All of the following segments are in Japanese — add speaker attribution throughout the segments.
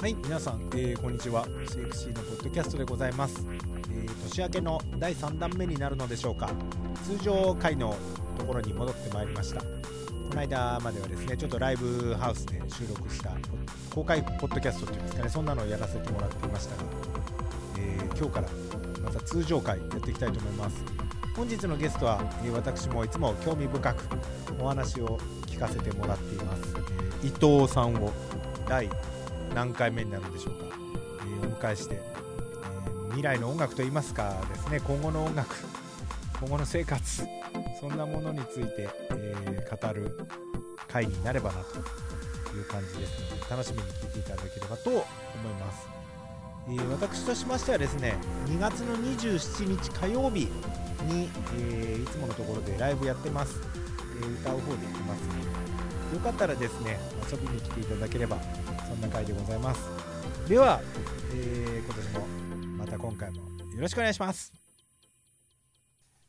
Speaker 1: はい皆さん、えーこんにちは CFC のポッドキャストでございます、えー年明けの第3弾目になるのでしょうか通常回のところに戻ってまいりましたこの間まではですねちょっとライブハウスで収録した公開ポッドキャストっていうんですかねそんなのをやらせてもらっていましたが、えー今日からまた通常回やっていきたいと思います本日のゲストは、えー私もいつも興味深くお話を聞かせてもらっています、えー伊藤さんを第何回目になるんでしょうか、えーお迎えして、えー未来の音楽といいますかですね今後の音楽今後の生活そんなものについて、えー語る回になればなという感じですので楽しみに聞いていただければと思います、えー私としましてはですね2月の27日火曜日に、えーいつものところでライブやってます、えー歌う方でやってますのでよかったらですね遊びに来ていただければそんな回でございますでは、えー今年もまた今回もよろしくお願いします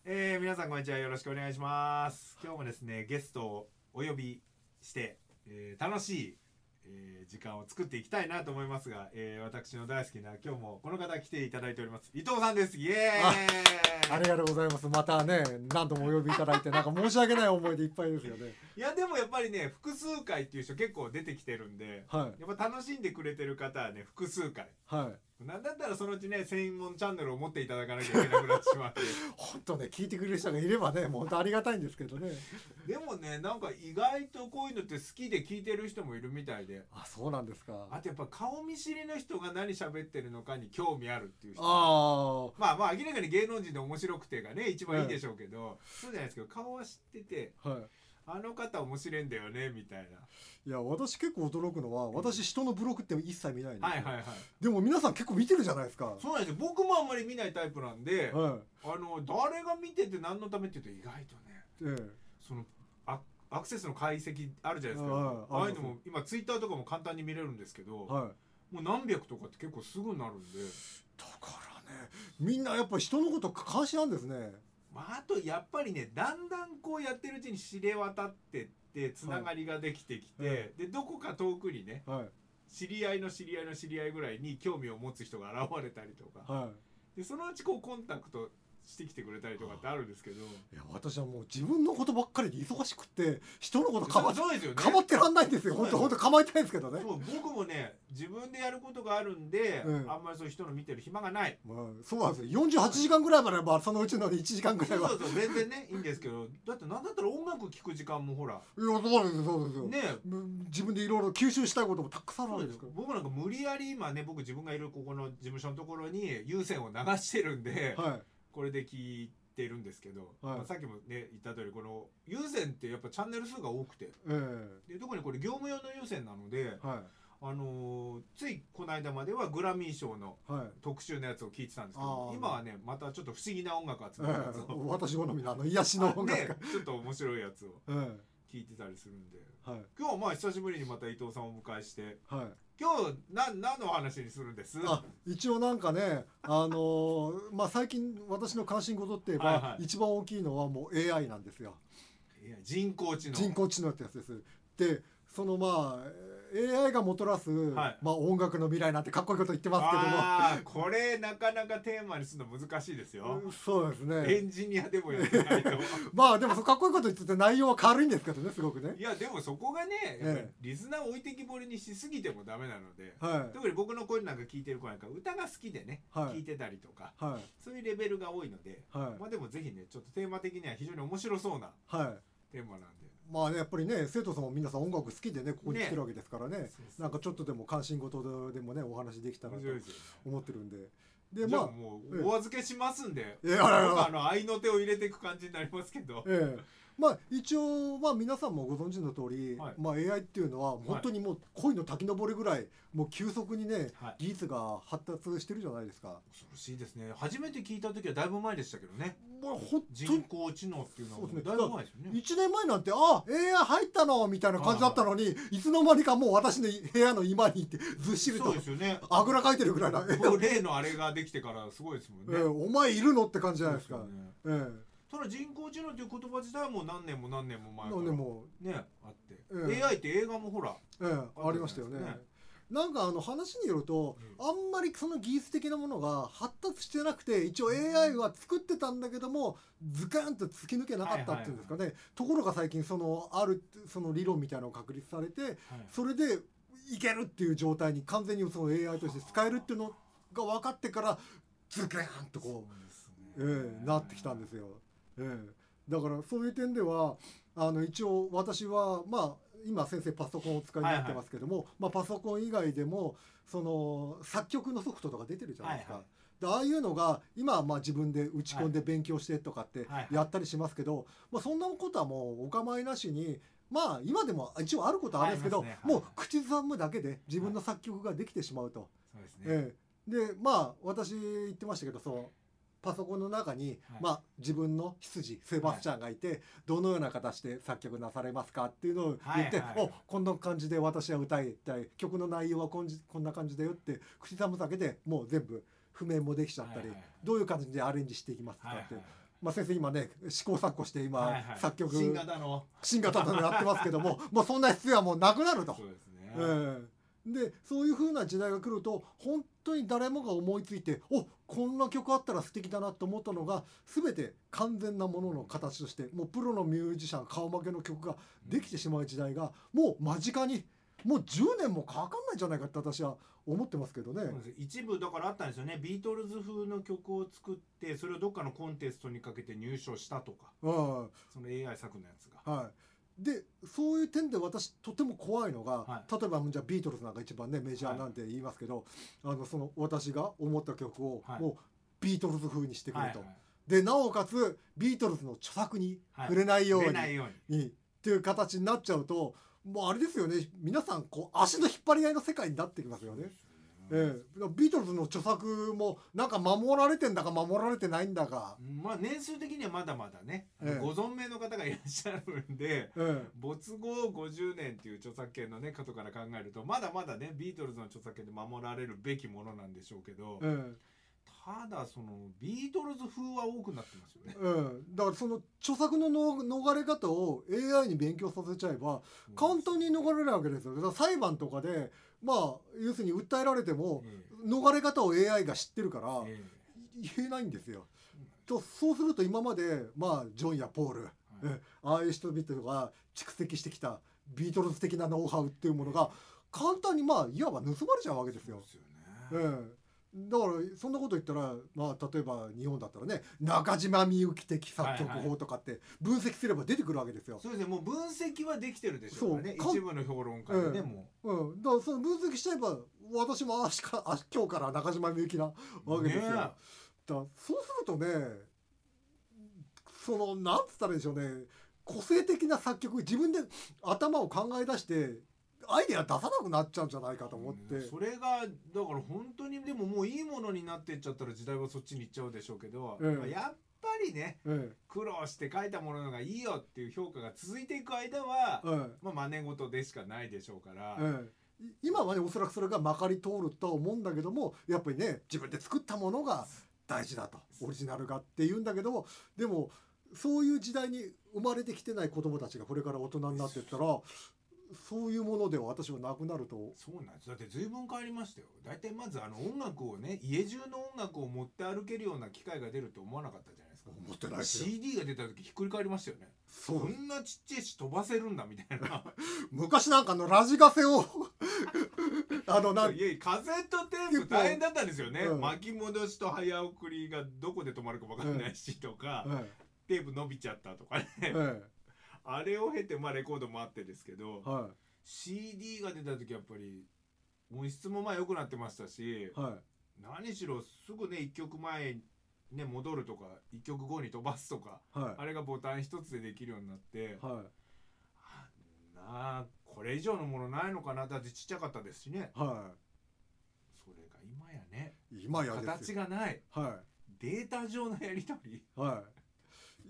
Speaker 1: えー皆さんこんにちはよろしくお願いします今日もですねゲストをお呼びして、えー楽しい、えー時間を作っていきたいなと思いますが、えー私の大好きな今日もこの方来ていただいております伊藤さんですイエーイ
Speaker 2: ありがとうございます。またね、何度もお呼びいただいて、なんか申し訳ない思いでいっぱいですよね。
Speaker 1: いやでもやっぱりね複数回っていう人結構出てきてるんで
Speaker 2: は
Speaker 1: やっぱ楽しんでくれてる方はね複数回
Speaker 2: い。はい。
Speaker 1: なんだったらそのうちね専門チャンネルを持っていただかなきゃいけなくなってしまって
Speaker 2: 本当ね、聞いてくれる人がいればね、もう本当ありがたいんですけどね。
Speaker 1: でもねなんか意外とこういうのって好きで聞いてる人もいるみたいで
Speaker 2: あ、そうなんですか。
Speaker 1: あとやっぱ顔見知りの人が何喋ってるのかに興味あるっていう人
Speaker 2: あ
Speaker 1: まあまあ明らかに芸能人で面白くてがね一番いいでしょうけど、そうじゃないですけど顔は知ってて
Speaker 2: あ。はい。
Speaker 1: あの方面白いんだよねみたい
Speaker 2: いや、私結構驚くのは、私人のブログって一切見ないんで
Speaker 1: な、
Speaker 2: す
Speaker 1: はい
Speaker 2: よ。
Speaker 1: はいはい
Speaker 2: でも皆さん結構見てるじゃないですか。は
Speaker 1: そうなんですよ僕もあんまり見ないタイプなんで、
Speaker 2: い。
Speaker 1: あの誰が見てて何のためっていうと意外とね
Speaker 2: え
Speaker 1: そのあアクセスの解析あるじゃないですか、
Speaker 2: はい
Speaker 1: ああ
Speaker 2: あ
Speaker 1: い
Speaker 2: り
Speaker 1: う
Speaker 2: ます
Speaker 1: のも今ツイッターとかも簡単に見れるんですけど、
Speaker 2: え。はい。
Speaker 1: もう何百とかって結構すぐなるんで
Speaker 2: だからね、みんなやっぱ人のこと関心なんですね。
Speaker 1: まあ、あとやっぱりねだんだんこうやってるうちに知れ渡ってってつながりができてきて、
Speaker 2: はいはい
Speaker 1: でどこか遠くにね
Speaker 2: はい。
Speaker 1: 知り合いの知り合いの知り合いぐらいに興味を持つ人が現れたりとか
Speaker 2: はい。
Speaker 1: でそのうちこうコンタクトしてきてくれたりとかってあるんですけど
Speaker 2: いや、私はもう自分のことばっかりで忙しくって、人のことかば
Speaker 1: そう、そうですよね
Speaker 2: かまってらんないんですよ。本当本当構えてないんですけど ね。
Speaker 1: そう僕もね自分でやることがあるんで、
Speaker 2: うん
Speaker 1: あんまりそういう人の見てる暇がない
Speaker 2: まあ、そうなんですよ48時間ぐらいまではまあ そのうちの1時間ぐ
Speaker 1: そ
Speaker 2: らいうは
Speaker 1: そうそう全然ねいいんですけどだってなんだったら音楽聴く時間もほら
Speaker 2: いやそうですよそうですよ、
Speaker 1: ね
Speaker 2: む自分でいろいろ吸収したいこともたくさんあ
Speaker 1: そう
Speaker 2: るん
Speaker 1: で
Speaker 2: ですすか
Speaker 1: 僕なんか無理やり今ね僕自分がいるここの事務所のところに有線を流してるんで、
Speaker 2: らはい
Speaker 1: これで聞いてるんですけど、
Speaker 2: はい
Speaker 1: まあさっきもね言った通りこの有線ってやっぱチャンネル数が多くて
Speaker 2: え
Speaker 1: で特にこれ業務用の有線なので
Speaker 2: え、はい
Speaker 1: あのーついこの間まではグラミー賞の
Speaker 2: はい、
Speaker 1: 特集のやつを聞いてたんですけ
Speaker 2: あ
Speaker 1: ど
Speaker 2: ー
Speaker 1: 今はねまたちょっと不思議な音楽集
Speaker 2: え
Speaker 1: めたやつ
Speaker 2: え
Speaker 1: を。
Speaker 2: 私好みのあの癒しの 音楽
Speaker 1: ね
Speaker 2: が、、
Speaker 1: ちょっと面白いやつを
Speaker 2: え
Speaker 1: 聞いてたりするんで
Speaker 2: えはい
Speaker 1: 今日はまあ久しぶりにまた伊藤さんをお迎えして
Speaker 2: はい
Speaker 1: 今日な何のお話にするんです
Speaker 2: あ一応なんかねあのーまあ最近私の関心事って言えば、
Speaker 1: はいはい
Speaker 2: 一番大きいのはもう AI なんですよ
Speaker 1: いや人工知能
Speaker 2: 人工知能ってやつですでそのまあえー AI がもたらす、
Speaker 1: はい
Speaker 2: まあ音楽の未来なんてかっこいいこと言ってますけども
Speaker 1: あーこれなかなかテーマにするの難しいですよ、
Speaker 2: そうです
Speaker 1: エ
Speaker 2: ね。
Speaker 1: ンジニアでもやって ないと
Speaker 2: まあでもそうかっこいいこと言ってて内容は軽いんですけどねすごくね
Speaker 1: い。やでもそこがねやっぱり
Speaker 2: え
Speaker 1: リスナーを置いてきぼりにしすぎてもダメなので、
Speaker 2: はい
Speaker 1: 特に僕の声なんか聞いてる子なんか歌が好きでね、
Speaker 2: は
Speaker 1: 聞い
Speaker 2: い
Speaker 1: てたりとか
Speaker 2: は
Speaker 1: そういうレベルが多いので、
Speaker 2: いは
Speaker 1: まあでもぜひねちょっとテーマ的には非常に面白そうない
Speaker 2: はい。
Speaker 1: テーマなんで、
Speaker 2: まあねやっぱりね生徒さんも皆さん音楽好きでねここに来てるわけですからね。なんかちょっとでも関心事でもねお話できたら
Speaker 1: 面
Speaker 2: と
Speaker 1: 白いですよね
Speaker 2: 思ってるんで。で
Speaker 1: じゃあ
Speaker 2: まあ
Speaker 1: も
Speaker 2: ええ
Speaker 1: うお預けしますんで、
Speaker 2: いやいやい
Speaker 1: 僕
Speaker 2: や
Speaker 1: はあの愛の手を入れていく感じになりますけど、
Speaker 2: ええ。まあ一応まあ皆さんもご存知の通り、
Speaker 1: はい
Speaker 2: まあ AI っていうのは本当にもう恋の滝登るぐらいもう急速にね
Speaker 1: はい、
Speaker 2: 技術が発達してるじゃないですか。
Speaker 1: 恐ろしいですね初めて聞いた時はだいぶ前でしたけどね
Speaker 2: もう本当
Speaker 1: 人
Speaker 2: に
Speaker 1: 工知能っていうのは
Speaker 2: そうです
Speaker 1: だ
Speaker 2: ね
Speaker 1: いぶ前ですよね
Speaker 2: 1年前なんて「あ AI 入ったの」みたいな感じだったのに、い、つの間にかもう私の部屋の居間に行ってずっしり
Speaker 1: そ
Speaker 2: と
Speaker 1: うですよね
Speaker 2: あぐらかいてるぐらいな「え
Speaker 1: 僕例のあれができてからすごいですもん
Speaker 2: え
Speaker 1: ね、
Speaker 2: お前いるの?」って感じじゃないですか。
Speaker 1: そうよね
Speaker 2: ええ
Speaker 1: ただ人工知能という言葉自体はもう何年も何年も前か
Speaker 2: なんで
Speaker 1: ら
Speaker 2: も
Speaker 1: ねあって、
Speaker 2: ええ
Speaker 1: AI って映画もほら
Speaker 2: ええありましたよね。
Speaker 1: ね
Speaker 2: なんかあの話によると、あんまりその技術的なものが発達してなくて、一応 AI は作ってたんだけども、ズカーンと突き抜けなかったっていうんですかね。ところが最近その、ある、その理論みたいなのを確立されて、それでいけるっていう状態に完全にその AI として使えるっていうのが分かってから、ズカーンとこう、ええなってきたんですよ。ええだからそういう点ではあの一応私はまあ今先生パソコンをお使いになってますけども、まあ、パソコン以外でもその作曲のソフトとか出てるじゃないですか。
Speaker 3: はい
Speaker 2: でああいうのが今はまあ自分で打ち込んで勉強してとかって
Speaker 3: はいはい
Speaker 2: やったりしますけど、まあ、そんなことはもうお構いなしにまあ今でも一応あることはあるんですけど
Speaker 3: ありますねは
Speaker 2: も
Speaker 3: いう
Speaker 2: 口ずさむだけで自分の作曲ができてしまうと。
Speaker 3: そうですね。
Speaker 2: ええ、でまあ私言ってましたけどそうパソコンの中に、
Speaker 3: はい
Speaker 2: まあ、自分の執事セバスチャンがいて、どのような形で作曲なされますかっていうのを言って、
Speaker 3: はいはい
Speaker 2: おこんな感じで私は歌いたい曲の内容はこんじこんな感じだよって口さむだけでもう全部譜面もできちゃったり、
Speaker 3: はいはい
Speaker 2: どういう感じでアレンジしていきますとか
Speaker 3: はい
Speaker 2: って、
Speaker 3: はい
Speaker 2: まあ、先生今ね試行錯誤して今、
Speaker 3: はいはい
Speaker 2: 作曲
Speaker 3: 新型の。
Speaker 2: 新型のやってますけど ももうそんな必要はもうなくなると
Speaker 3: そ。うですね。
Speaker 2: ええでそういう風な時代が来ると本当に誰もが思いついておこんな曲あったら素敵だなと思ったのが全て完全なものの形としてもうプロのミュージシャン顔負けの曲ができてしまう時代がもう間近にもう10年もかかんないんじゃないかって私は思ってますけどね。
Speaker 3: そうです一部だからあったんですよねビートルズ風の曲を作ってそれをどっかのコンテストにかけて入賞したとか
Speaker 2: うん
Speaker 3: その AI 作のやつが
Speaker 2: はい、でそういう点で私とても怖いのが、
Speaker 3: は
Speaker 2: 例えばじゃあビートルズなんか一番ねメジャーなんて言いますけど、あのその私が思った曲を、
Speaker 3: はい
Speaker 2: もうビートルズ風にしてくれと、
Speaker 3: はいはい
Speaker 2: でなおかつビートルズの著作に
Speaker 3: はい
Speaker 2: 触れないように,、
Speaker 3: 出ないように
Speaker 2: っていう形になっちゃうともうあれですよね皆さんこう足の引っ張り合いの世界になってきますよ
Speaker 3: そう
Speaker 2: ね。
Speaker 3: ですよね
Speaker 2: ええ、ビートルズの著作もなんか守られてんだか守られてないんだか、
Speaker 3: まあ年数的にはまだまだね、
Speaker 2: ええ
Speaker 3: ご存命の方がいらっしゃるんで
Speaker 2: ええ
Speaker 3: 没後50年っていう著作権のねことから考えるとまだまだねビートルズの著作権で守られるべきものなんでしょうけど、
Speaker 2: ええ、
Speaker 3: ただそのビートルズ風は多くなってますよね。
Speaker 2: うん、だからその著作のの逃れ方を AI に勉強させちゃえば簡単に逃れるわけですよだから裁判とかでまあ要するに訴えられても
Speaker 3: え
Speaker 2: 逃れ方を AI が知ってるから
Speaker 3: ええ
Speaker 2: 言えないんですよ。とそうすると今までまあジョンやポール
Speaker 3: えはい
Speaker 2: えああいう人々が蓄積してきたビートルズ的なノウハウっていうものが簡単にまあいわば盗まれちゃうわけです
Speaker 3: そう
Speaker 2: よ
Speaker 3: で。すよね。
Speaker 2: うんだからそんなこと言ったら、まあ、例えば日本だったらね中島みゆき的作曲法とかって分析すれば出てくるわけですよ。
Speaker 3: そうですね、もう分析はできてるでしょうからね。
Speaker 2: そうかん
Speaker 3: 一部の評論家でね、
Speaker 2: ええ
Speaker 3: も
Speaker 2: うん、だからその分析しちゃえば私も明日からあ今日から中島みゆきな
Speaker 3: う。
Speaker 2: わけですよ。
Speaker 3: ね
Speaker 2: だからそうするとねそのなんつったらいいんでしょうね個性的な作曲自分で頭を考え出してアイデア出さなくなっちゃうんじゃないかと思って。
Speaker 3: うんそれがだから本当にでももういいものになってっちゃったら時代はそっちに行っちゃうでしょうけど、
Speaker 2: ええ
Speaker 3: まあやっぱりね
Speaker 2: え
Speaker 3: 苦労して書いたもののがいいよっていう評価が続いていく間は
Speaker 2: え、ええ
Speaker 3: まあ真似事でしかないでしょうから、
Speaker 2: ええ、い今はねおそらくそれがまかり通るとは思うんだけどもやっぱりね自分で作ったものが大事だとオリジナルがって言うんだけどもでもそういう時代に生まれてきてない子供たちがこれから大人になっていったらそういうものでは私はなくなると
Speaker 3: そうなんですだって随分変わりましたよ大体まずあの音楽をね家中の音楽を持って歩けるような機会が出ると思わなかったじゃないですか
Speaker 2: 思ってないですよ
Speaker 3: CD が出た時ひっくり返りましたよね
Speaker 2: そ
Speaker 3: こ
Speaker 2: うん
Speaker 3: なちっちゃいし飛ばせるんだみたいな
Speaker 2: 昔なんかあのラジカセを あのなん
Speaker 3: いやいやカセットテープ大変だったんですよね、
Speaker 2: うん
Speaker 3: 巻き戻しと早送りがどこで止まるか分かんないしとか、
Speaker 2: え
Speaker 3: テープ伸びちゃったとかね
Speaker 2: ええ
Speaker 3: あれを経てまあレコードもあってですけど
Speaker 2: えは
Speaker 3: CD が出た時やっぱり音質もまあ良くなってましたし
Speaker 2: いはい
Speaker 3: 何しろすぐね1曲前にね戻るとか1曲後に飛ばすとか
Speaker 2: はい
Speaker 3: あれがボタン一つでできるようになって
Speaker 2: は
Speaker 3: なあこれ以上のものないのかなだってちっちゃかったですしね
Speaker 2: いは
Speaker 3: それが今やね
Speaker 2: い今やです
Speaker 3: 形
Speaker 2: よ
Speaker 3: がない
Speaker 2: はい
Speaker 3: データ上のやり取り
Speaker 2: はい。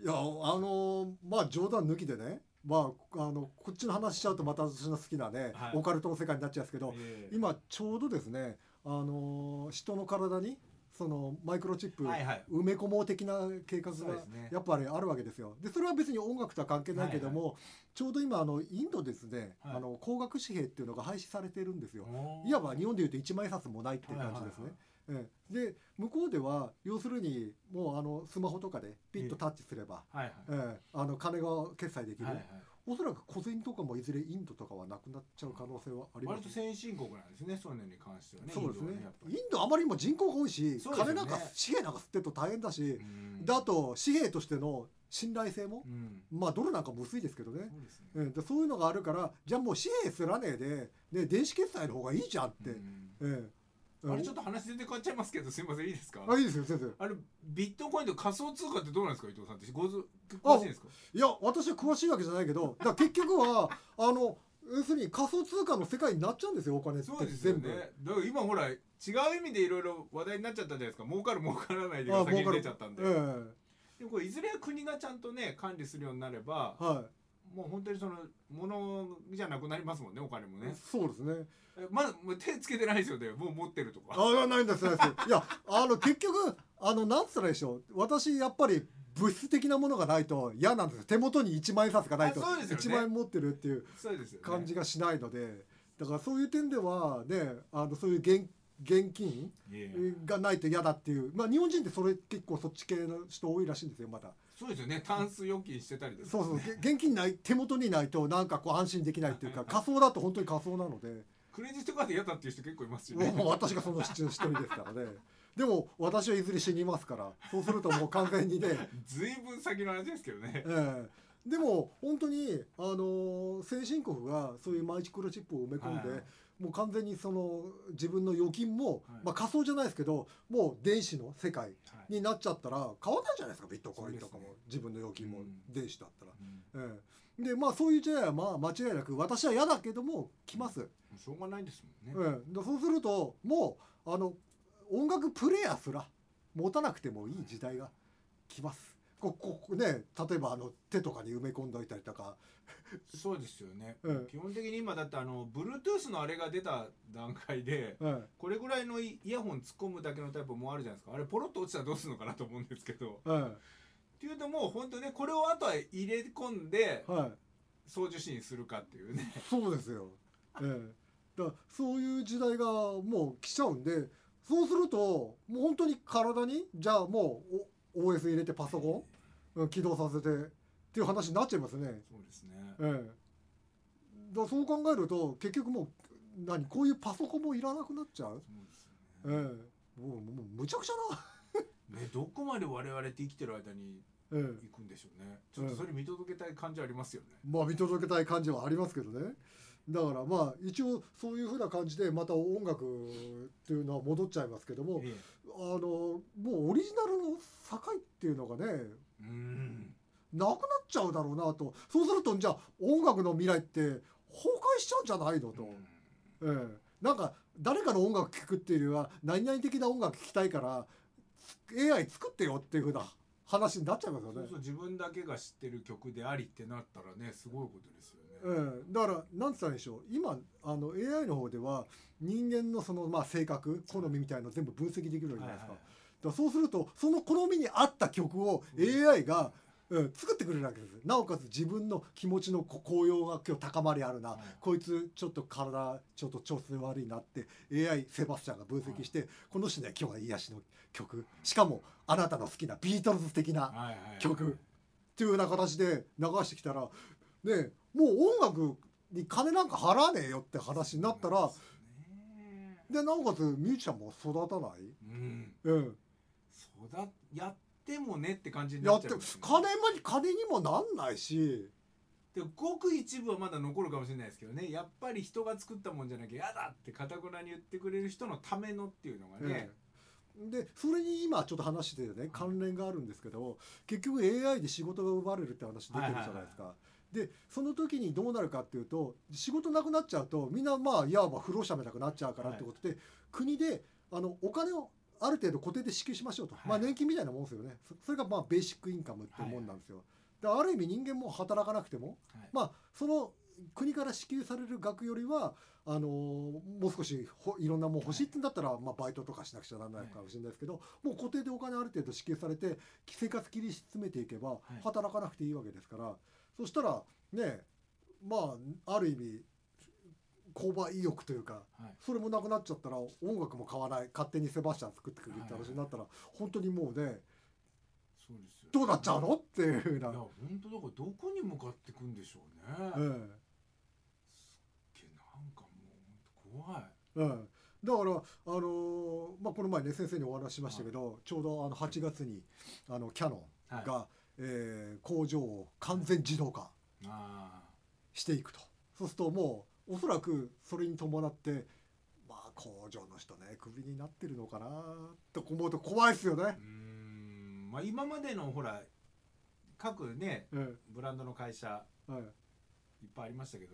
Speaker 2: いや、あのまあ冗談抜きでね、まあ、あの、こっちの話しちゃうとまた私の好きなね、
Speaker 3: はい
Speaker 2: オカルトの世界になっちゃうんですけど、
Speaker 3: ええ
Speaker 2: 今ちょうどですね、あの人の体に、そのマイクロチップ
Speaker 3: はいはい
Speaker 2: 埋め込もう的な計画
Speaker 3: そうで
Speaker 2: が
Speaker 3: すね
Speaker 2: やっぱりあるわけですよ。でそれは別に音楽とは関係ないけども、ちょうど今あのインドですね、
Speaker 3: はい
Speaker 2: あの高額紙幣っていうのが廃止されてるんですよ。
Speaker 3: おー
Speaker 2: いわば日本でいうと一枚札もないっていう感じですね。ええで向こうでは要するにもうあのスマホとかでピッとタッチすれば、
Speaker 3: はいはい
Speaker 2: ええあの金が決済できる、
Speaker 3: はいはい
Speaker 2: おそらく小銭とかもいずれインドとかはなくなっちゃう可能性はありま
Speaker 3: 割
Speaker 2: す
Speaker 3: と先進国なんですねそういうのに関してはね
Speaker 2: そうですね
Speaker 3: インドはやっぱ
Speaker 2: イン
Speaker 3: り
Speaker 2: ドあまりにも人口が多いし、
Speaker 3: そうですよ
Speaker 2: 金
Speaker 3: ね
Speaker 2: なんか紙幣なんか吸ってると大変だし、
Speaker 3: うん
Speaker 2: だと紙幣としての信頼性も
Speaker 3: う、ん
Speaker 2: まあドルなんかも薄いですけどね、
Speaker 3: そうですね
Speaker 2: うん、でそういうのがあるからじゃあもう紙幣すらねえで、ね、電子決済の方がいいじゃんって、
Speaker 3: うん
Speaker 2: ええ
Speaker 3: あれちょっと話全然変わっちゃいますけどすいませんいいですか
Speaker 2: あいいですよ先生
Speaker 3: あれビットコインと仮想通貨ってどうなんですか伊藤さんってごず
Speaker 2: あ
Speaker 3: 詳しいんですか
Speaker 2: いや私は詳しいわけじゃないけどだから結局はあの要するに仮想通貨の世界になっちゃうんですよお金って
Speaker 3: そうですよ
Speaker 2: 全
Speaker 3: ね
Speaker 2: 部、
Speaker 3: だから今ほら違う意味でいろいろ話題になっちゃったじゃないですか儲かる儲からないで
Speaker 2: あ
Speaker 3: が
Speaker 2: あ
Speaker 3: 先
Speaker 2: 儲
Speaker 3: に
Speaker 2: かる
Speaker 3: 出ちゃったんで
Speaker 2: ええ
Speaker 3: でもこれいずれ国がちゃんとね管理するようになれば
Speaker 2: は
Speaker 3: もう本当にその物じゃなくなりますもんねお金も
Speaker 2: い、
Speaker 3: ね
Speaker 2: そうですね
Speaker 3: えまだもう手つけてないですよねもう持ってるとか
Speaker 2: あないんですないですいやあの結局あのなんつったらいいでしょう私やっぱり物質的なものがないと嫌なんですよ手元に1万円札がないと
Speaker 3: あそうですよね
Speaker 2: 1万円持ってるっていう
Speaker 3: そうですよね
Speaker 2: 感じがしないのでだからそういう点ではねあのそういう現現金
Speaker 3: いやいや
Speaker 2: がないと嫌だっていうまあ日本人ってそれ結構そっち系の人多いらしいんですよまだ
Speaker 3: そうですよねタンス預金してたりです
Speaker 2: そ
Speaker 3: ね
Speaker 2: うそうげ現金ない手元にないとなんかこう安心できないって いうか仮想だと本当に仮想なので
Speaker 3: クレジットカード嫌だっていう人結構いますよ
Speaker 2: もう
Speaker 3: ね
Speaker 2: もう私がその一人ですからねでも私はいずれ死にますからそうするともう完 全にね、
Speaker 3: ずいぶん先の話ですけどね
Speaker 2: ええでも本当にあの先進国がそういうマイクロチップを埋め込んで、
Speaker 3: はいはい
Speaker 2: もう完全にその自分の預金も、
Speaker 3: はい
Speaker 2: まあ仮想じゃないですけどもう電子の世界
Speaker 3: はい
Speaker 2: になっちゃったら買わないじゃないですかビットコインとかも、
Speaker 3: そうです
Speaker 2: 自分の預金も
Speaker 3: うん
Speaker 2: 電子だったら。
Speaker 3: うん
Speaker 2: ええでまあそういう時代はまあ間違いなく私は嫌だけども来ます、
Speaker 3: もうしょうがないですもんね
Speaker 2: ええでそうするともうあの音楽プレイヤーすら持たなくてもいい時代が来ますこここね例えばあの手とかに埋め込んどいたりとか
Speaker 3: そうですよね
Speaker 2: ええ
Speaker 3: 基本的に今だってあの Bluetooth のあれが出た段階で
Speaker 2: え
Speaker 3: これぐらいのイイヤホン突っ込むだけのタイプもあるじゃないですかあれポロッと落ちたらどうするのかなと思うんですけど
Speaker 2: ええ
Speaker 3: っていうともう本当ねこれをあとは入れ込んで
Speaker 2: えはい
Speaker 3: 送受信するかっていうね
Speaker 2: そうですよ。ええ、だからそういう時代がもう来ちゃうんでそうするともう本当に体にじゃあもうお OS 入れてパソコンうん起動させてっていう話になっちゃいますね。
Speaker 3: そうですね
Speaker 2: ええ、だからそう考えると結局もう何こういうパソコンもいらなくなっちゃう、
Speaker 3: そうです
Speaker 2: ええ、
Speaker 3: ね,、
Speaker 2: もうもうむちゃくちゃな、
Speaker 3: ねどこまで我々って生きてる間に
Speaker 2: ええ、
Speaker 3: 行くんでしょうねちょっとそれ見届けたい感じありますよね、
Speaker 2: まあ見届けたい感じはありますけどねだからまあ一応そういうふうな感じでまた音楽っていうのは戻っちゃいますけども、
Speaker 3: ええ
Speaker 2: あのもうオリジナルの境っていうのがね
Speaker 3: うん
Speaker 2: なくなっちゃうだろうなとそうするとじゃあ音楽の未来って崩壊しちゃうんじゃないのと、
Speaker 3: うん
Speaker 2: ええなんか誰かの音楽聴くっていうよりは何々的な音楽聴きたいから AI 作ってよっていうふうな話になっちゃいますよ
Speaker 3: そう
Speaker 2: ね
Speaker 3: そう。自分だけが知ってる曲でありってなったらねすごいことですよね、
Speaker 2: ええだからなんつったらいいんでしょう今あの AI の方では人間のその、まあ、性格好みみたいの全部分析できるわけじゃないですか。だからそうするとその好みに合った曲
Speaker 3: そ
Speaker 2: を
Speaker 3: うです
Speaker 2: AI が、うん、作ってくれるわけですなおかつ自分の気持ちのこ高揚が今日高まりあるな、
Speaker 3: はい
Speaker 2: こいつちょっと体ちょっと調子悪いなって AI セバスチャンが分析して、この人ね今日は癒しの曲しかもあなたの好きなビートルズ的な
Speaker 3: はいはいはい
Speaker 2: 曲っていうような形で流してきたらねえもう音楽に金なんか払わねえよって話になったら
Speaker 3: そうですね
Speaker 2: でなおかつミュージシャンも育たない、
Speaker 3: うん
Speaker 2: うん、
Speaker 3: そうだやってもねって感じに
Speaker 2: や
Speaker 3: な
Speaker 2: っ
Speaker 3: っち
Speaker 2: て
Speaker 3: ゃう
Speaker 2: 金
Speaker 3: ん
Speaker 2: も
Speaker 3: ですよね
Speaker 2: 金にもなんないし
Speaker 3: でごく一部はまだ残るかもしれないですけどねやっぱり人が作ったもんじゃなきゃ嫌だってかたくなに言ってくれる人のためのっていうのがね、
Speaker 2: でそれに今ちょっと話しててね関連があるんですけど結局 AI で仕事が奪われるって話出てるじゃないですか。でその時にどうなるかっていうと仕事なくなっちゃうとみんなまあいわば不労者みたくなっちゃうからってことで、国であのお金をある程度固定で支給しましょうと、
Speaker 3: はい
Speaker 2: まあ年金みたいなもんですよねそそれがまあベーシックインカムってもんなんですよ。である意味人間も働かなくても、
Speaker 3: はい
Speaker 2: まあその国から支給される額よりはあのもう少しほいろんなもん欲しいってんだったら、まあ、バイトとかしなくちゃならないかもしれないですけど、もう固定でお金ある程度支給されて生活切り詰めていけば
Speaker 3: い
Speaker 2: 働かなくていいわけですから、そしたらねまあある意味購買意欲というか
Speaker 3: はい
Speaker 2: それもなくなっちゃったら音楽も買わない勝手にセバスチャン作ってくるって話になったら、本当にもうね
Speaker 3: そうですよ
Speaker 2: どうなっちゃうの
Speaker 3: い
Speaker 2: っていうふうな
Speaker 3: や、本当だからどこに向かってくんでしょうね、
Speaker 2: え
Speaker 3: い
Speaker 2: え
Speaker 3: けなんかもう本当怖い
Speaker 2: ええだから、あのーまあ、この前ね先生にお話ししましたけど、ちょうどあの8月にあのキャノンが、
Speaker 3: は
Speaker 2: えー工場を完全自動化
Speaker 3: い、あ
Speaker 2: していくとそうするともうおそらくそれに伴って、まあ、工場の人ねクビになってるのかなと思うと怖いですよね
Speaker 3: ー。うーんまあ今までのほら各ね
Speaker 2: え
Speaker 3: ブランドの会社
Speaker 2: ええ
Speaker 3: いっぱいありましたけど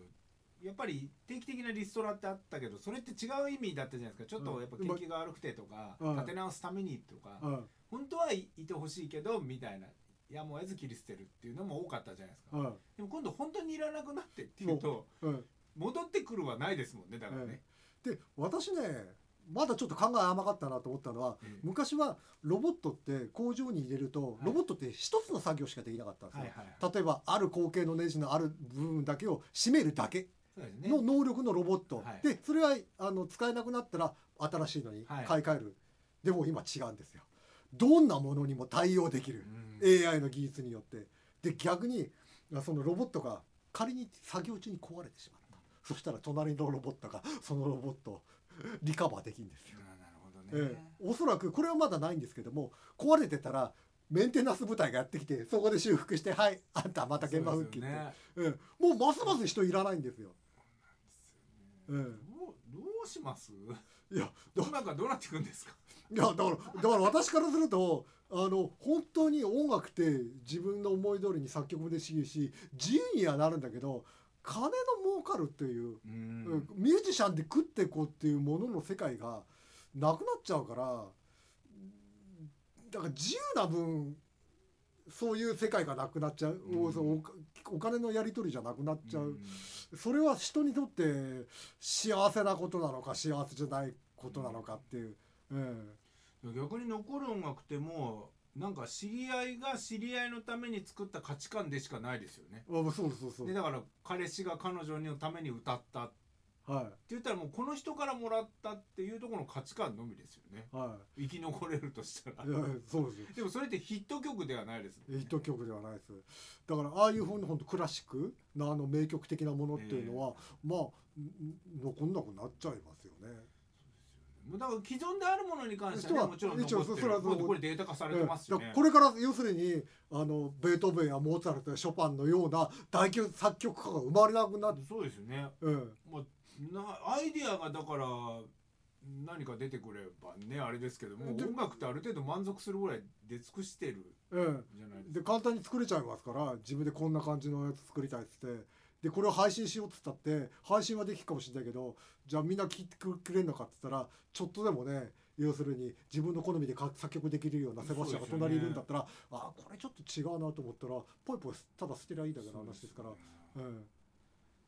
Speaker 3: やっぱり定期的なリストラってあったけどそれって違う意味だったじゃないですかちょっ
Speaker 2: う
Speaker 3: と
Speaker 2: ん
Speaker 3: やっぱ景気が悪くてとか、
Speaker 2: うん
Speaker 3: 立て直すためにとか、
Speaker 2: え
Speaker 3: 本当はいいてほしいけどみたいなやむを得ず切り捨てるっていうのも多かったじゃないですか、
Speaker 2: え
Speaker 3: でも今度本当にいらなくなってっていうと
Speaker 2: ええ
Speaker 3: 戻ってくるはないですもんねだからね、
Speaker 2: で私ねまだちょっと考え甘かったなと思ったのは
Speaker 3: ええ
Speaker 2: 昔はロボットって工場に入れると
Speaker 3: い
Speaker 2: ロボットって一つの作業しかできなかったんですよ、
Speaker 3: はいはいはい
Speaker 2: 例えばある光景のネジのある部分だけを締めるだけ
Speaker 3: そうですね
Speaker 2: の能力のロボット、
Speaker 3: はい
Speaker 2: でそれはあの使えなくなったら新しいのに
Speaker 3: はい
Speaker 2: 買い替える、でも今違うんですよどんなものにも対応できる、
Speaker 3: うん
Speaker 2: AI の技術によってで逆にそのロボットが仮に作業中に壊れてしまったそしたら隣のロボットがそのロボットをリカバーできるんですよ、
Speaker 3: あなるほどね、
Speaker 2: ええおそらくこれはまだないんですけども壊れてたらメンテナンス部隊がやってきてそこで修復して「はいあんたまた現場復帰」って、
Speaker 3: そうですよね
Speaker 2: ええもうますます人いらないんですよ。ええ
Speaker 3: どうどうします
Speaker 2: いや
Speaker 3: どうなんかどうなっていくんですか
Speaker 2: いやだからだから私からするとあの本当に音楽って自分の思い通りに作曲もできるし自由にはなるんだけど金の儲かるっていう、
Speaker 3: う
Speaker 2: うんミュージシャンで食ってこうっていうものの世界がなくなっちゃうからだから自由な分そういう世界がなくなっちゃう、
Speaker 3: うん
Speaker 2: そのおお金のやり取りじゃなくなっちゃう、
Speaker 3: うん
Speaker 2: それは人にとって幸せなことなのか幸せじゃないことなのかっていう。うん
Speaker 3: 逆に残る音楽ってもうなんか知り合いが知り合いのために作った価値観でしかないですよね
Speaker 2: あそうそうそう
Speaker 3: でだから彼氏が彼女のために歌ったって
Speaker 2: は
Speaker 3: 言ったらもうこの人からもらったっていうところの価値観のみですよね
Speaker 2: いは
Speaker 3: 生き残れるとしたら
Speaker 2: いいやそうですよ
Speaker 3: でもそれってヒット曲ではないですもんね
Speaker 2: ヒット曲ではないですだからああいうふうに本当クラシックなあの名曲的なものっていうのは、まあんん残んなくなっちゃいますよね
Speaker 3: もうだから既存であるものに関しては、
Speaker 2: 人は
Speaker 3: ね、もちろん残って
Speaker 2: 一応それは
Speaker 3: る
Speaker 2: そう
Speaker 3: もうこれデータ化されてますよ
Speaker 2: ええだか
Speaker 3: ね
Speaker 2: らこれから要するにあのベートーベンやモーツァルトやショパンのような大曲作曲家が生まれなくなって、
Speaker 3: そうですよね
Speaker 2: ええ
Speaker 3: まあ、なアイディアがだから何か出てくればねあれですけども
Speaker 2: で
Speaker 3: 音楽ってある程度満足するぐらい出尽くしてる
Speaker 2: え
Speaker 3: じゃない
Speaker 2: え
Speaker 3: です
Speaker 2: で簡単に作れちゃいますから自分でこんな感じのやつ作りたいっつってでこれを配信しようっつったって配信はできるかもしれないけどじゃあみんな聞いてくれんのかっつったらちょっとでもね要するに自分の好みでか作曲できるようなセバスチャンが
Speaker 3: そうですよね
Speaker 2: 隣にいるんだったら、あーこれちょっと違うなと思ったらポイポイただ捨てりゃいいだけの話ですから
Speaker 3: そうよ
Speaker 2: う
Speaker 3: ね
Speaker 2: ん
Speaker 3: だ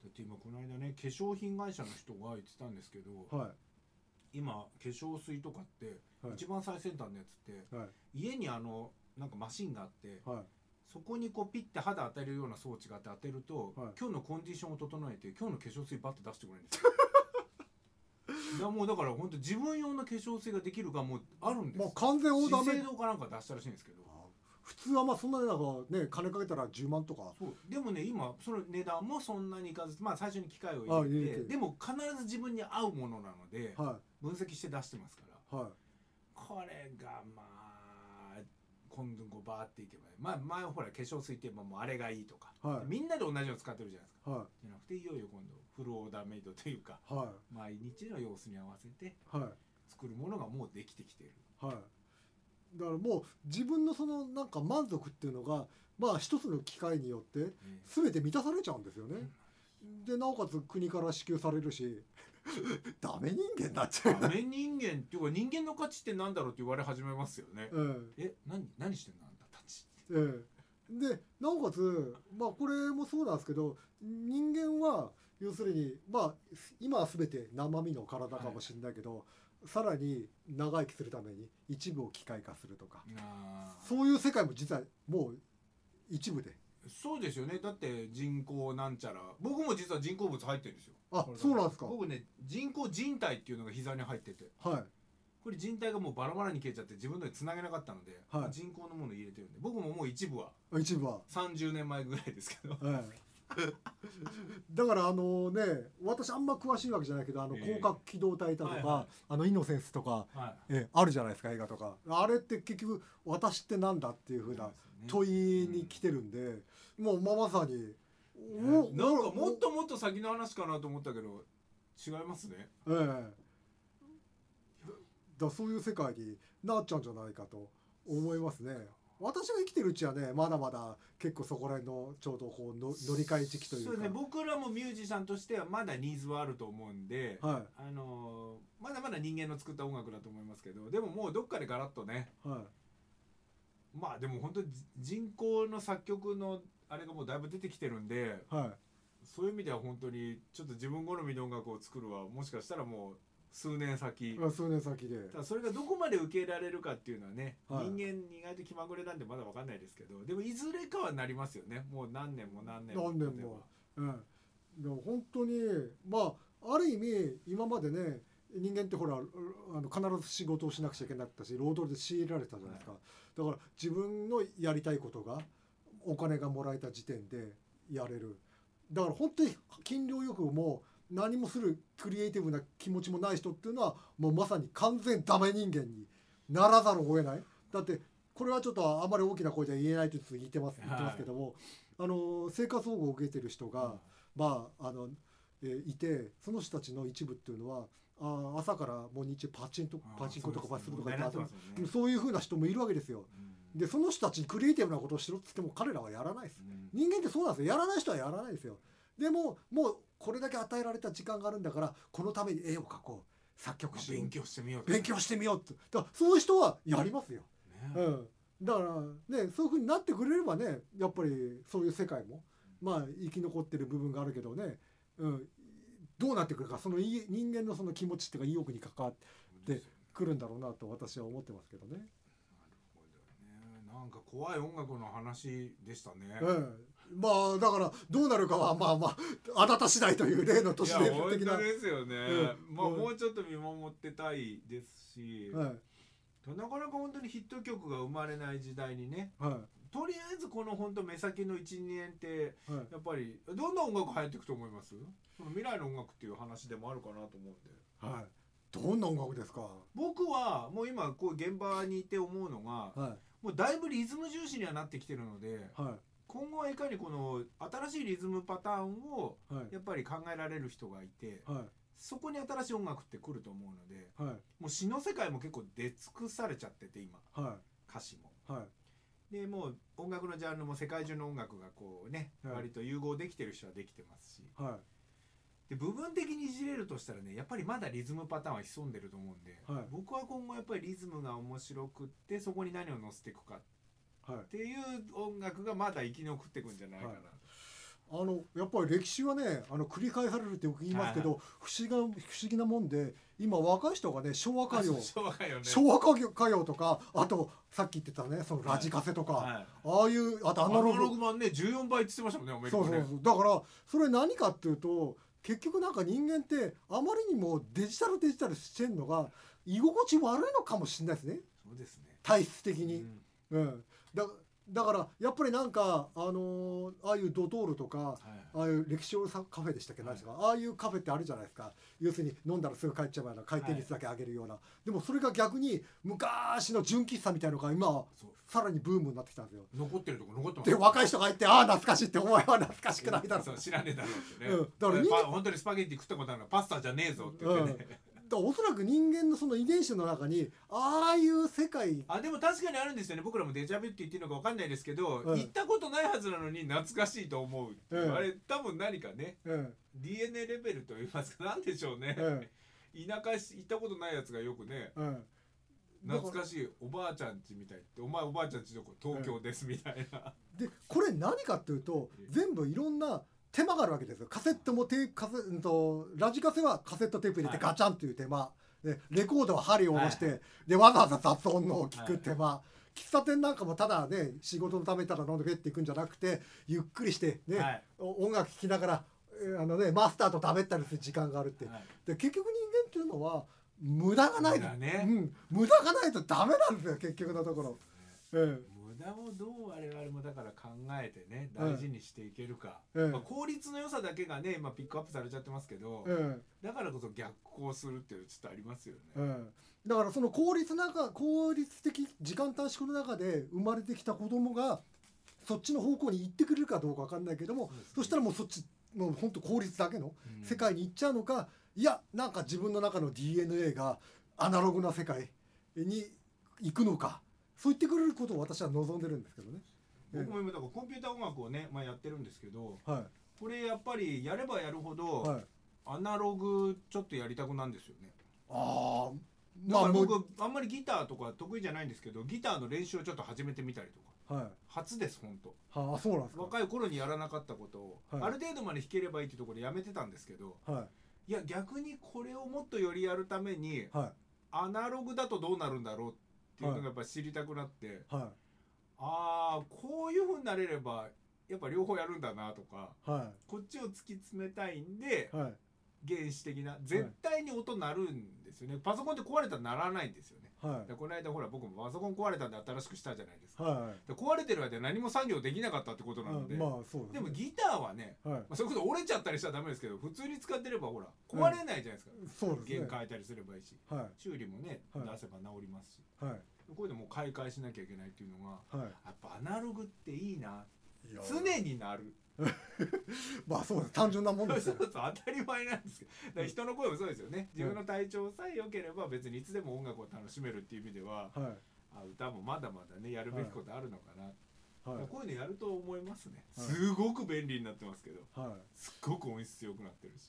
Speaker 3: って今この間ね化粧品会社の人が言ってたんですけど、
Speaker 2: は
Speaker 3: 今化粧水とかって、
Speaker 2: はい
Speaker 3: 一番最先端のやつって
Speaker 2: いはい
Speaker 3: 家にあのなんかマシンがあって
Speaker 2: はい
Speaker 3: そこにこうピッて肌当てるような装置があって当てると、
Speaker 2: はい
Speaker 3: 今日のコンディションを整えて今日の化粧水バッて出してくれるんですよ いやもうだから本当自分用の化粧水ができるがもうあるんです
Speaker 2: まあ完全オーダ
Speaker 3: 資
Speaker 2: ーメイ
Speaker 3: 生
Speaker 2: ド
Speaker 3: 堂かなんか出したらしいんですけど
Speaker 2: 普通はまあそんなになんかね金かけたら10万とか
Speaker 3: そうでもね今その値段もそんなにいかずまあ最初に機械を入
Speaker 2: あ入
Speaker 3: れ
Speaker 2: れ
Speaker 3: て
Speaker 2: て
Speaker 3: でも必ず自分に合うものなので
Speaker 2: は
Speaker 3: 分析して出してますから
Speaker 2: いは
Speaker 3: これがまあ今度こうバーっていけばね、まあ、前ほら化粧水って言えばもうあれがいいとか、
Speaker 2: はい
Speaker 3: みんなで同じの使ってるじゃないですか
Speaker 2: いは
Speaker 3: じゃなくていよいよ今度フルオーダーメイドというか
Speaker 2: いは
Speaker 3: 毎日の様子に合わせて
Speaker 2: いはい
Speaker 3: 作るものがもうできてきてる
Speaker 2: はい、だからもう自分のそのなんか満足っていうのがまあ一つの機会によって
Speaker 3: ね
Speaker 2: 全て満たされちゃうんですよね。でなおかつ国から支給されるし ダメ人間になっちゃ
Speaker 3: ダ
Speaker 2: う。
Speaker 3: メ人間っていうか人間の価値ってなんだろうって言われ始めますよねえ
Speaker 2: え
Speaker 3: 何何してんのあんたたち
Speaker 2: えええでなおかつ、まあ、これもそうなんですけど人間は要するに、まあ、今は全て生身の体かもしれないけど、さらに長生きするために一部を機械化するとか
Speaker 3: あー
Speaker 2: そういう世界も実はもう一部で
Speaker 3: そうですよねだって人工なんちゃら僕も実は人工物入ってるんですよ
Speaker 2: あ
Speaker 3: これが
Speaker 2: そうなんですか
Speaker 3: 僕ね人工人体っていうのが膝に入ってて
Speaker 2: はい
Speaker 3: これ人体がもうバラバラに消えちゃって自分のに繋げなかったので、
Speaker 2: はい
Speaker 3: 人工のもの入れてるんで僕ももう一部は
Speaker 2: あ一部は。
Speaker 3: 30年前ぐらいです けど
Speaker 2: え えだからあのね私あんま詳しいわけじゃないけどあの
Speaker 3: ええ
Speaker 2: 広角機動隊だとか、
Speaker 3: はいはい
Speaker 2: あのイノセンスとか、
Speaker 3: は
Speaker 2: ええあるじゃないですか映画とかあれって結局私ってなんだっていうふうな問いに来てるんで、もうままさにお
Speaker 3: なんか
Speaker 2: お
Speaker 3: もっともっと先の話かなと思ったけど違いますね
Speaker 2: ええだそういう世界になっちゃうんじゃないかと思いますね私が生きてるうちはねまだまだ結構そこら辺のちょうどこうの乗り換え時期というか
Speaker 3: そうですね僕らもミュージシャンとしてはまだニーズはあると思うんで、
Speaker 2: は
Speaker 3: あのーまだまだ人間の作った音楽だと思いますけどでももうどっかでガラッとね
Speaker 2: いはい
Speaker 3: まあでも本当に人工の作曲のあれがもうだいぶ出てきてるんで
Speaker 2: はい
Speaker 3: そういう意味では本当にちょっと自分好みの音楽を作るはもしかしたらもう数年先、
Speaker 2: あ数年先で。
Speaker 3: ただそれがどこまで受け入れられるかっていうのはね、
Speaker 2: はい
Speaker 3: 人間意外と気まぐれなんでまだわかんないですけどでもいずれかはなりますよねもう何年も何年も
Speaker 2: 何年も
Speaker 3: 例えば
Speaker 2: うん、でも本当にまあある意味今までね人間ってほらうあの必ず仕事をしなくちゃいけなかったし労働で強いられたじゃないですか、だから自分のやりたいことがお金がもらえた時点でやれるだから本当に金量欲も何もするクリエイティブな気持ちもない人っていうのはもうまさに完全ダメ人間にならざるを得ないだってこれはちょっとあまり大きな声では言えないと言ってます言ってますけども、あの生活保護を受けてる人が、まああの、えーいてその人たちの一部っていうのはあー朝からもう日中パチンと
Speaker 3: あー
Speaker 2: パチンコとか
Speaker 3: そう
Speaker 2: バ
Speaker 3: です
Speaker 2: スル
Speaker 3: ね
Speaker 2: とかや
Speaker 3: もう狙
Speaker 2: って遊
Speaker 3: ってます
Speaker 2: ぶ
Speaker 3: よね
Speaker 2: そういうふうな人もいるわけですよ。でその人たちにクリエイティブなことをしろっつっても彼らはやらないです。
Speaker 3: うん
Speaker 2: 人間ってそうなんですよやらない人はやらないですよでももうこれだけ与えられた時間があるんだからこのために絵を描こう作曲しよう
Speaker 3: 勉強してみようと
Speaker 2: 勉強してみようってだからそういう人はやりますよ、
Speaker 3: ね
Speaker 2: うん、だからねそういうふうになってくれればねやっぱりそういう世界もまあ生き残ってる部分があるけどね、うん、どうなってくるかそのい人間のその気持ちっていうか意欲に関わって
Speaker 3: ですよ
Speaker 2: くるんだろうなと私は思ってますけど
Speaker 3: な
Speaker 2: ね。
Speaker 3: るほどねなんか怖い音楽の話でしたね、
Speaker 2: うん、まあだからどうなるかはまあまああなた次第という例の都市
Speaker 3: いや
Speaker 2: 伝
Speaker 3: 本
Speaker 2: 説的な
Speaker 3: 当。ですよね、
Speaker 2: うん
Speaker 3: まあ
Speaker 2: うん
Speaker 3: もうちょっと見守ってたいですし、
Speaker 2: はい
Speaker 3: なかなか本当にヒット曲が生まれない時代にね
Speaker 2: は
Speaker 3: とりあえずこの本当目先の12年って
Speaker 2: いはい
Speaker 3: やっぱりどんな音楽流行っていくと思いますその未来の音楽っていう話でもあるかなと思うんで
Speaker 2: はい。どんな音楽ですか。
Speaker 3: 僕はもう今こう現場にいて思うのが
Speaker 2: は
Speaker 3: もうだいぶリズム重視にはなってきてるので
Speaker 2: いは
Speaker 3: 今後はいかにこの新しいリズムパターンを
Speaker 2: いはい
Speaker 3: やっぱり考えられる人がいて
Speaker 2: は
Speaker 3: そこに新しい音楽って来ると思うので
Speaker 2: いはい
Speaker 3: もう詩の世界も結構出尽くされちゃってて今
Speaker 2: は
Speaker 3: 歌詞も。
Speaker 2: いはい
Speaker 3: でもう音楽のジャンルも世界中の音楽がこうね、
Speaker 2: はい
Speaker 3: 割と融合できてる人はできてますし
Speaker 2: は
Speaker 3: で部分的にいじれるとしたらねやっぱりまだリズムパターンは潜んでると思うんで、
Speaker 2: はい
Speaker 3: 僕は今後やっぱりリズムが面白くってそこに何を乗せていくかっ
Speaker 2: いはい。
Speaker 3: ていう音楽がまだ生き残っていくんじゃないかな、
Speaker 2: はいあのやっぱり歴史はねあの繰り返されるってよく言いますけど、不思議な不思議なもんで今若い人がね昭和歌謡
Speaker 3: あそう昭和歌謡ね
Speaker 2: 昭和歌謡歌謡とかあとさっき言ってたねそのラジカセとか、
Speaker 3: はい
Speaker 2: ああいうあと
Speaker 3: ア
Speaker 2: ア
Speaker 3: ナ
Speaker 2: ナログ
Speaker 3: ログ版ね14倍って言ってましたもんねアメリカ
Speaker 2: そ
Speaker 3: ね
Speaker 2: うそうそうだからそれ何かっていうと結局なんか人間ってあまりにもデジタルデジタルしてんのが居心地悪いのかもしれないですね
Speaker 3: そうですね
Speaker 2: 体質的
Speaker 3: う
Speaker 2: に、
Speaker 3: ん
Speaker 2: うんだだからやっぱりなんかあのーああいうドトールとか
Speaker 3: はい
Speaker 2: ああいう歴史さカフェでしたっけ、
Speaker 3: はい
Speaker 2: 何ですかああいうカフェってあるじゃないですか要するに飲んだらすぐ帰っちゃうような回転率だけ上げるような、でもそれが逆に昔の純喫茶みたいのが今は
Speaker 3: そう
Speaker 2: さらにブームになってきたんですよ
Speaker 3: 残ってるとこ残ってます
Speaker 2: で若い人が入って「ああ懐かしい」って「お前は懐かしくないだろ」
Speaker 3: そう知らねえだろうってね、
Speaker 2: うんだから人間
Speaker 3: パ本当にスパゲッティ食ったことあるのパスタじゃねえぞって言ってね、
Speaker 2: だからおそらく人間のその遺伝子の中にああいう世界
Speaker 3: あでも確かにあるんですよね僕らもデジャブって言っていいのか分かんないですけど、
Speaker 2: うん
Speaker 3: 行ったことないはずなのに懐かしいと思うっていう、
Speaker 2: うん
Speaker 3: あれ多分何かね
Speaker 2: うん、
Speaker 3: DNA レベルと言いますかなんでしょうね、
Speaker 2: うん
Speaker 3: 田舎し行ったことないやつがよくね
Speaker 2: うん、
Speaker 3: 懐かしいおばあちゃんちみたいってお前おばあちゃんちどこ東京ですみたいな、
Speaker 2: でこれ何かっていうと全部いろんな手間があるわけですよカセットもテープカセうんとラジカセはカセットテープ入れて
Speaker 3: はい
Speaker 2: ガチャンっていう手間、でレコードは針を下ろして、
Speaker 3: は
Speaker 2: でわざわざ雑音のを聞く手間、喫茶店なんかもただね仕事のためたら飲んでけっていくんじゃなくてゆっくりして、ね
Speaker 3: はい
Speaker 2: お音楽聴きながらえーあの、ね、マスターと食べたりする時間があるって、
Speaker 3: はい
Speaker 2: で結局人間っていうのは無駄がないの
Speaker 3: 無駄ね
Speaker 2: うん、無駄がないとダメなんですよ結局のところ。うん
Speaker 3: 無駄をどう我々もだから考えてね大事にしていけるか、
Speaker 2: うん
Speaker 3: まあ、効率の良さだけがね今ピックアップされちゃってますけど、
Speaker 2: うん
Speaker 3: だからこそ逆行するっていうのちょっとありますよね、
Speaker 2: うんだからその効率なんか効率的時間短縮の中で生まれてきた子供がそっちの方向に行ってくれるかどうか分かんないけども
Speaker 3: そうですね
Speaker 2: そしたらもうそっちもう本当効率だけの
Speaker 3: うん
Speaker 2: 世界に行っちゃうのか、いやなんか自分の中の DNA がアナログな世界に行くのかそう言ってくれることを私は望んでるんですけどね。
Speaker 3: 僕も今だからコンピューター音楽をね、まあ、やってるんですけど
Speaker 2: は
Speaker 3: これやっぱりやればやるほど、
Speaker 2: い、はい、
Speaker 3: アナログちょっとやりたくなんですよね
Speaker 2: ああ
Speaker 3: だ
Speaker 2: ま
Speaker 3: か
Speaker 2: あ
Speaker 3: ら
Speaker 2: もう、
Speaker 3: 僕あんまりギターとか得意じゃないんですけどギターの練習をちょっと始めてみたりとか
Speaker 2: はい、
Speaker 3: 初です本当
Speaker 2: はあそうなんですか。
Speaker 3: 若い頃にやらなかったことを、
Speaker 2: はい
Speaker 3: ある程度まで弾ければいいってところでやめてたんですけど
Speaker 2: はい
Speaker 3: や逆にこれをもっとよりやるために
Speaker 2: いは
Speaker 3: アナログだとどうなるんだろうっていうのがやっぱ知りたくなって、
Speaker 2: いは
Speaker 3: ああこういうふうになれればやっぱ両方やるんだなとか
Speaker 2: いは
Speaker 3: こっちを突き詰めたいんで
Speaker 2: いはい。
Speaker 3: 原始的な絶対に音鳴るんですよね、パソコンって壊れたら鳴らないんですよね
Speaker 2: は
Speaker 3: でこの間ほら僕もパソコン壊れたんで新しくしたじゃないです
Speaker 2: い。
Speaker 3: か、
Speaker 2: は
Speaker 3: で壊れてる間何も作業できなかったってこと
Speaker 2: い。
Speaker 3: なので、
Speaker 2: まあ、そう
Speaker 3: で
Speaker 2: で
Speaker 3: も
Speaker 2: すね。
Speaker 3: ギターはね、
Speaker 2: はい。
Speaker 3: まあ、それこそ折れちゃったりしたらダメですけど普通に使ってればほら壊れないじゃないですか、
Speaker 2: そうですね
Speaker 3: 弦。変えたりすればいいし
Speaker 2: は
Speaker 3: 修理もね、
Speaker 2: はい
Speaker 3: 出せば治りますし
Speaker 2: い。はい。
Speaker 3: こういうのもう買い替えしなきゃいけないっていうのが
Speaker 2: は。
Speaker 3: やっぱアナログっていいない常になる
Speaker 2: まあ、そうです。単純なもん
Speaker 3: そう
Speaker 2: です
Speaker 3: そ
Speaker 2: よ
Speaker 3: う。当たり前なんですけどだから人の声もそうですよね自分の体調さえ良ければ別にいつでも音楽を楽しめるっていう意味では
Speaker 2: は
Speaker 3: あ歌もまだまだねやるべきことあるのかな、
Speaker 2: い。はい。
Speaker 3: こういうのやると思いますね、
Speaker 2: はい
Speaker 3: すごく便利になってますけど
Speaker 2: は
Speaker 3: すっごく音質良くなってるし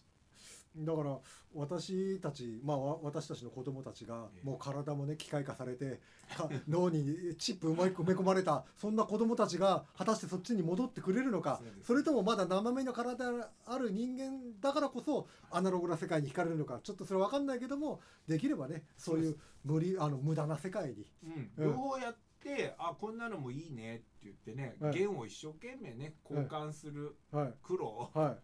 Speaker 2: い。だから、私たち、まあ、わ私たちの子供たちが
Speaker 3: え、え
Speaker 2: もう体もね、機械化されて。か脳にチップ埋め込まれた、そんな子供たちが、果たしてそっちに戻ってくれるのか
Speaker 3: そうです。ね
Speaker 2: それとも、まだ生身の体ある人間だからこそ、アナログな世界に惹かれるのか、ちょっとそれわかんないけども。できればね、そういう無理、あの、無駄な世界に。
Speaker 3: うん、
Speaker 2: う
Speaker 3: 両
Speaker 2: ん
Speaker 3: 方やってあこんなのもいいねって言ってね、
Speaker 2: はい
Speaker 3: 弦を一生懸命ね交換する
Speaker 2: はい。
Speaker 3: 苦労、
Speaker 2: はい。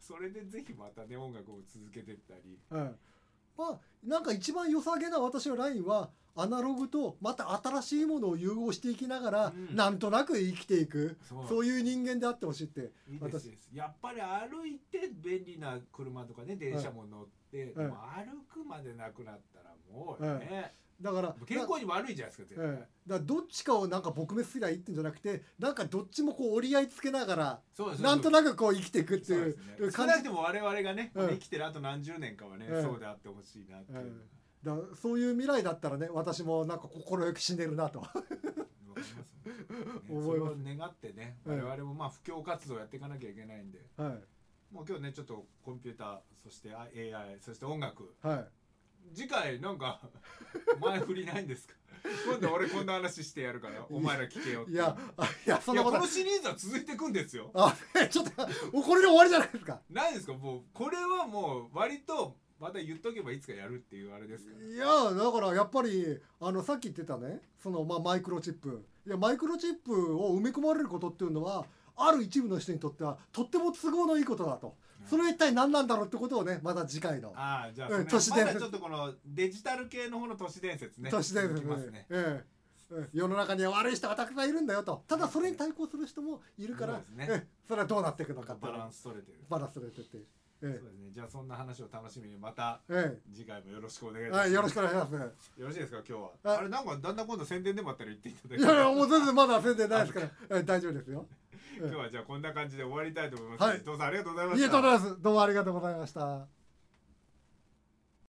Speaker 3: それでぜひまたね音楽を続けてったり
Speaker 2: うんまあなんか一番良さげな私のラインはアナログとまた新しいものを融合していきながら、
Speaker 3: うん
Speaker 2: なんとなく生きていく
Speaker 3: そう
Speaker 2: そういう人間であってほしいって
Speaker 3: いいですいいですやっぱり歩いて便利な車とかね電車も乗って、でも歩くまでなくなったらもうね、
Speaker 2: だから
Speaker 3: 健康に悪いじゃないですか絶
Speaker 2: な
Speaker 3: 対、
Speaker 2: うんだからどっちかをなんか撲滅すりゃいいってんじゃなくてなんかどっちもこう折り合いつけながら
Speaker 3: そうです
Speaker 2: なんと
Speaker 3: く
Speaker 2: なくこう生きていくって
Speaker 3: そう
Speaker 2: い
Speaker 3: ですね
Speaker 2: う
Speaker 3: 少
Speaker 2: 感
Speaker 3: な
Speaker 2: じ
Speaker 3: くとも我々がね、
Speaker 2: うん
Speaker 3: 生きてるあと何十年かはね、
Speaker 2: うん
Speaker 3: そうであってほしいなっていう、
Speaker 2: うんだからそういう未来だったらね私もなんか心よく死ねるなと
Speaker 3: わかりますねねそ
Speaker 2: 思
Speaker 3: れ
Speaker 2: いま
Speaker 3: を
Speaker 2: す
Speaker 3: 願ってね
Speaker 2: う
Speaker 3: 我
Speaker 2: ん
Speaker 3: 々もまあ布教活動やっていかなきゃいけないんで、
Speaker 2: は
Speaker 3: もう今日ねちょっとコンピューターそしてあ AI そして音楽
Speaker 2: いはい
Speaker 3: 次回なんか前振りないんですか 今度俺こんな話してやるからお前ら聞けよって
Speaker 2: いやあいやそん
Speaker 3: い
Speaker 2: な
Speaker 3: や
Speaker 2: こ
Speaker 3: ことのシリーズは続いていくんですよ
Speaker 2: あ ちょっともうこれで終わりじゃないですか
Speaker 3: ないですかもうこれはもう割とまた言っとけばいつかやるっていうあれですから
Speaker 2: いやだからやっぱりあのさっき言ってたねその、まあ、マイクロチップいやマイクロチップを埋め込まれることっていうのはある一部の人にとってはとっても都合のいいことだと、
Speaker 3: うん
Speaker 2: それは一体何なんだろうってことをねまた次回の
Speaker 3: ああじゃあ
Speaker 2: うん
Speaker 3: それ
Speaker 2: 都市伝
Speaker 3: ま
Speaker 2: 説
Speaker 3: だちょっとこのデジタル系の方の都市伝説ね
Speaker 2: 都市伝
Speaker 3: 続
Speaker 2: 説
Speaker 3: きますね
Speaker 2: ええええ世の中には悪い人がたくさんいるんだよとただそれに対抗する人もいるから
Speaker 3: そうですね
Speaker 2: ええそれはどうなっていくの
Speaker 3: なん
Speaker 2: か
Speaker 3: か
Speaker 2: ってい
Speaker 3: バ
Speaker 2: うの
Speaker 3: ラ
Speaker 2: は
Speaker 3: ンス取れてる
Speaker 2: バランス取れてっていう、え
Speaker 3: そうですねじゃあそんな話を楽しみにまた
Speaker 2: ええ
Speaker 3: 次回もよろしくお願いい
Speaker 2: え
Speaker 3: たしま
Speaker 2: は
Speaker 3: す
Speaker 2: い、よろしくお願いします
Speaker 3: よろしいですか今日は
Speaker 2: あ
Speaker 3: あれなんかだんだん今度宣伝でもあったら言っていただ
Speaker 2: い
Speaker 3: け
Speaker 2: やいや
Speaker 3: る
Speaker 2: もう全然まだ宣伝ないですから、ええ大丈夫ですよ
Speaker 3: 今日はじゃあこんな感じで終わりたいと思います、
Speaker 2: はい
Speaker 3: 伊藤さんありがとうございま
Speaker 2: い
Speaker 3: し
Speaker 2: えと
Speaker 3: た
Speaker 2: んでもないですどうもありがとうございました